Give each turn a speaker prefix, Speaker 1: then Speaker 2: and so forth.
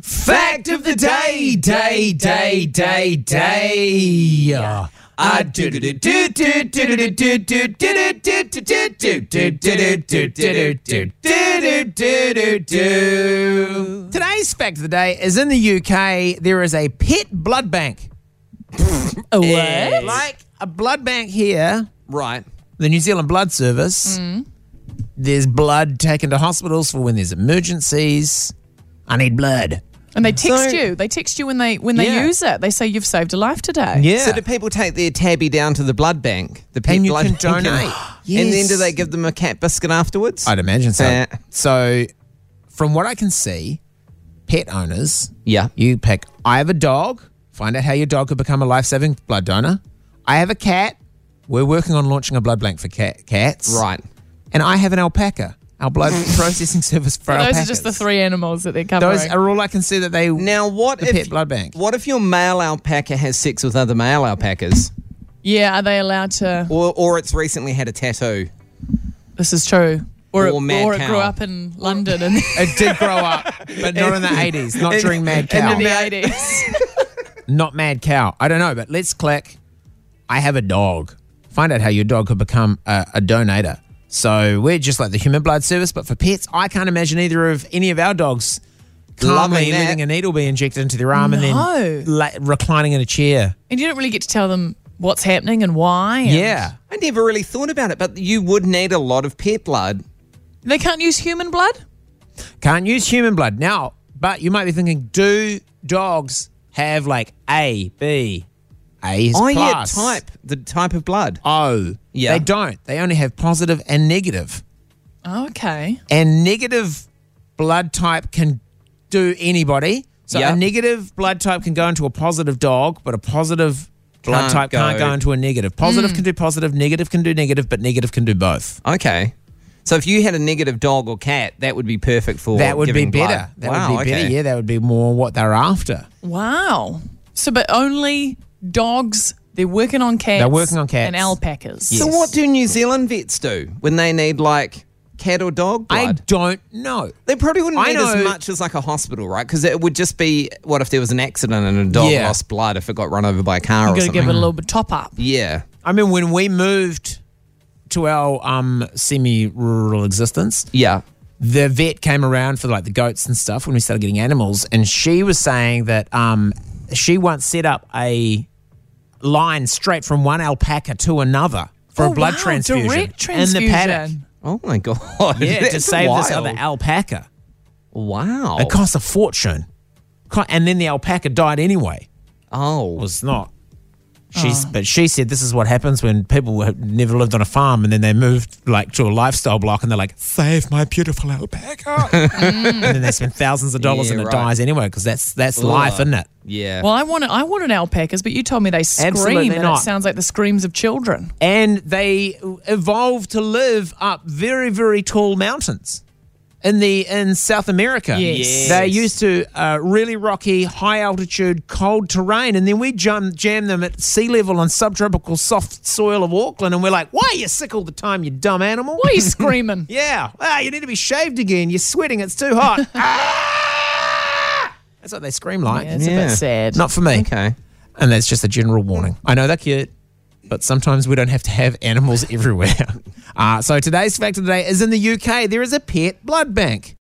Speaker 1: fact of the day, day, day, day, day. Ah, do do do do do do do do do do do do do do do do do do do do do do do do. Today's fact of the day is in the UK. There is a pet blood bank,
Speaker 2: What?
Speaker 1: like a blood bank here,
Speaker 3: Right.
Speaker 1: the New Zealand Blood Service. There's blood taken to hospitals for when there's emergencies. I need blood.
Speaker 2: And they
Speaker 3: So-
Speaker 2: text you. They text you when they when they
Speaker 3: Yeah.
Speaker 2: use it. They say you've saved a life today.
Speaker 3: So do people take their tabby down to the blood bank, the pet
Speaker 1: And you
Speaker 3: blood
Speaker 1: can
Speaker 3: bank, and-
Speaker 1: donate.
Speaker 3: And then
Speaker 1: Yes.
Speaker 3: do they give them a cat biscuit afterwards?
Speaker 1: I'd imagine so.
Speaker 3: Yeah.
Speaker 1: So, from what I can see, pet owners,
Speaker 3: Yeah.
Speaker 1: you pick. I have a dog. Find out how your dog could become a life-saving blood donor. I have a cat. We're working on launching a blood bank for cat, cats.
Speaker 3: Right.
Speaker 1: And I have an alpaca. Our blood processing service for
Speaker 2: Those
Speaker 1: alpacas.
Speaker 2: are just the three animals that they're covering.
Speaker 1: Those are all I can see that they
Speaker 3: Now what
Speaker 1: The
Speaker 3: if
Speaker 1: pet blood bank.
Speaker 3: What if your male alpaca has sex with other male alpacas,
Speaker 2: yeah, are they allowed to?
Speaker 3: or or it's recently had a tattoo?
Speaker 2: This is true. Or, it,
Speaker 3: Or mad
Speaker 2: or it grew
Speaker 3: cow.
Speaker 2: up in London and
Speaker 1: It did grow up, but not in the 80s, not during Mad Cow.
Speaker 2: in the eighties.
Speaker 1: not mad cow. I don't know, but let's click. I have a dog. Find out how your dog could become a, a donator. So we're just like the human blood service, but for pets, I can't imagine either of any of our dogs calmly
Speaker 3: Loving that.
Speaker 1: letting a needle be injected into their arm and then
Speaker 2: No.
Speaker 1: la- reclining in a chair.
Speaker 2: and you don't really get to tell them what's happening and why. and-
Speaker 1: Yeah.
Speaker 3: I never really thought about it, but you would need a lot of pet blood.
Speaker 2: They can't use human blood?
Speaker 1: Can't use human blood now, but you might be thinking, do dogs have like A, B, A is
Speaker 3: Oh yeah,
Speaker 1: plus,
Speaker 3: type the type of blood.
Speaker 1: O?
Speaker 3: Yeah.
Speaker 1: They don't. They only have positive and negative.
Speaker 2: Oh, okay.
Speaker 1: and negative blood type can do anybody. So
Speaker 3: Yeah.
Speaker 1: a negative blood type can go into a positive dog, but a positive blood
Speaker 3: Can't
Speaker 1: type can't
Speaker 3: go.
Speaker 1: go into a negative. Positive can do positive, negative can do negative, but negative can do both.
Speaker 3: Okay. So if you had a negative dog or cat, that would be perfect for
Speaker 1: that would be
Speaker 3: giving blood.
Speaker 1: better. That
Speaker 3: wow,
Speaker 1: would be
Speaker 3: okay.
Speaker 1: better. Yeah, that would be more what they're after.
Speaker 2: Wow. So but only dogs they're working on cats.
Speaker 1: They're working on cats.
Speaker 2: And alpacas.
Speaker 3: So what do New Zealand vets do when they need like cat or dog blood?
Speaker 1: I don't know.
Speaker 3: They probably wouldn't
Speaker 1: I
Speaker 3: need
Speaker 1: know-
Speaker 3: as much as like a hospital, right? Because it would just be what if there was an accident and a dog
Speaker 1: Yeah.
Speaker 3: lost blood if it got run over by a car
Speaker 2: I'm
Speaker 3: or
Speaker 2: gonna
Speaker 3: something.
Speaker 2: give it a little bit top up.
Speaker 3: yeah,
Speaker 1: I mean, when we moved to our um, semi-rural existence,
Speaker 3: yeah.
Speaker 1: the vet came around for like the goats and stuff when we started getting animals, and she was saying that um, she once set up a line straight from one alpaca to another for
Speaker 2: Oh,
Speaker 1: a blood
Speaker 2: wow,
Speaker 1: transfusion,
Speaker 2: direct
Speaker 1: in the paddock.
Speaker 2: transfusion.
Speaker 3: Oh my god!
Speaker 1: Yeah, to
Speaker 3: That's
Speaker 1: save this
Speaker 3: wild. Oh.
Speaker 1: other alpaca.
Speaker 3: Wow.
Speaker 1: It cost a fortune, Co- and then the alpaca died anyway.
Speaker 3: oh,
Speaker 1: Was not. She's, But she said this is what happens when people who have never lived on a farm and then they moved like to a lifestyle block and they're like, save my beautiful alpaca. and then they spend thousands of dollars
Speaker 3: Yeah,
Speaker 1: and it
Speaker 3: right.
Speaker 1: dies anyway because that's that's life, isn't it?
Speaker 3: yeah.
Speaker 2: Well, I wanted I wanted alpacas, but you told me they scream,
Speaker 1: Absolutely
Speaker 2: and
Speaker 1: not.
Speaker 2: it sounds like the screams of children.
Speaker 1: And they evolved to live up very very tall mountains. In the in South America,
Speaker 2: Yes. Yes.
Speaker 1: they're used to uh, really rocky, high altitude, cold terrain, and then we jam, jam them at sea level on subtropical soft soil of Auckland, and we're like, "Why are you sick all the time, you dumb animal?
Speaker 2: Why are you screaming?
Speaker 1: Yeah. Ah, you need to be shaved again. You're sweating. It's too hot. Ah! That's what they scream like.
Speaker 2: Yeah, it's a
Speaker 3: Yeah.
Speaker 2: bit sad.
Speaker 1: Not for me.
Speaker 3: okay.
Speaker 1: And that's just a general warning. I know they're cute, but sometimes we don't have to have animals everywhere. uh, so today's fact of the day is in the UK, there is a pet blood bank.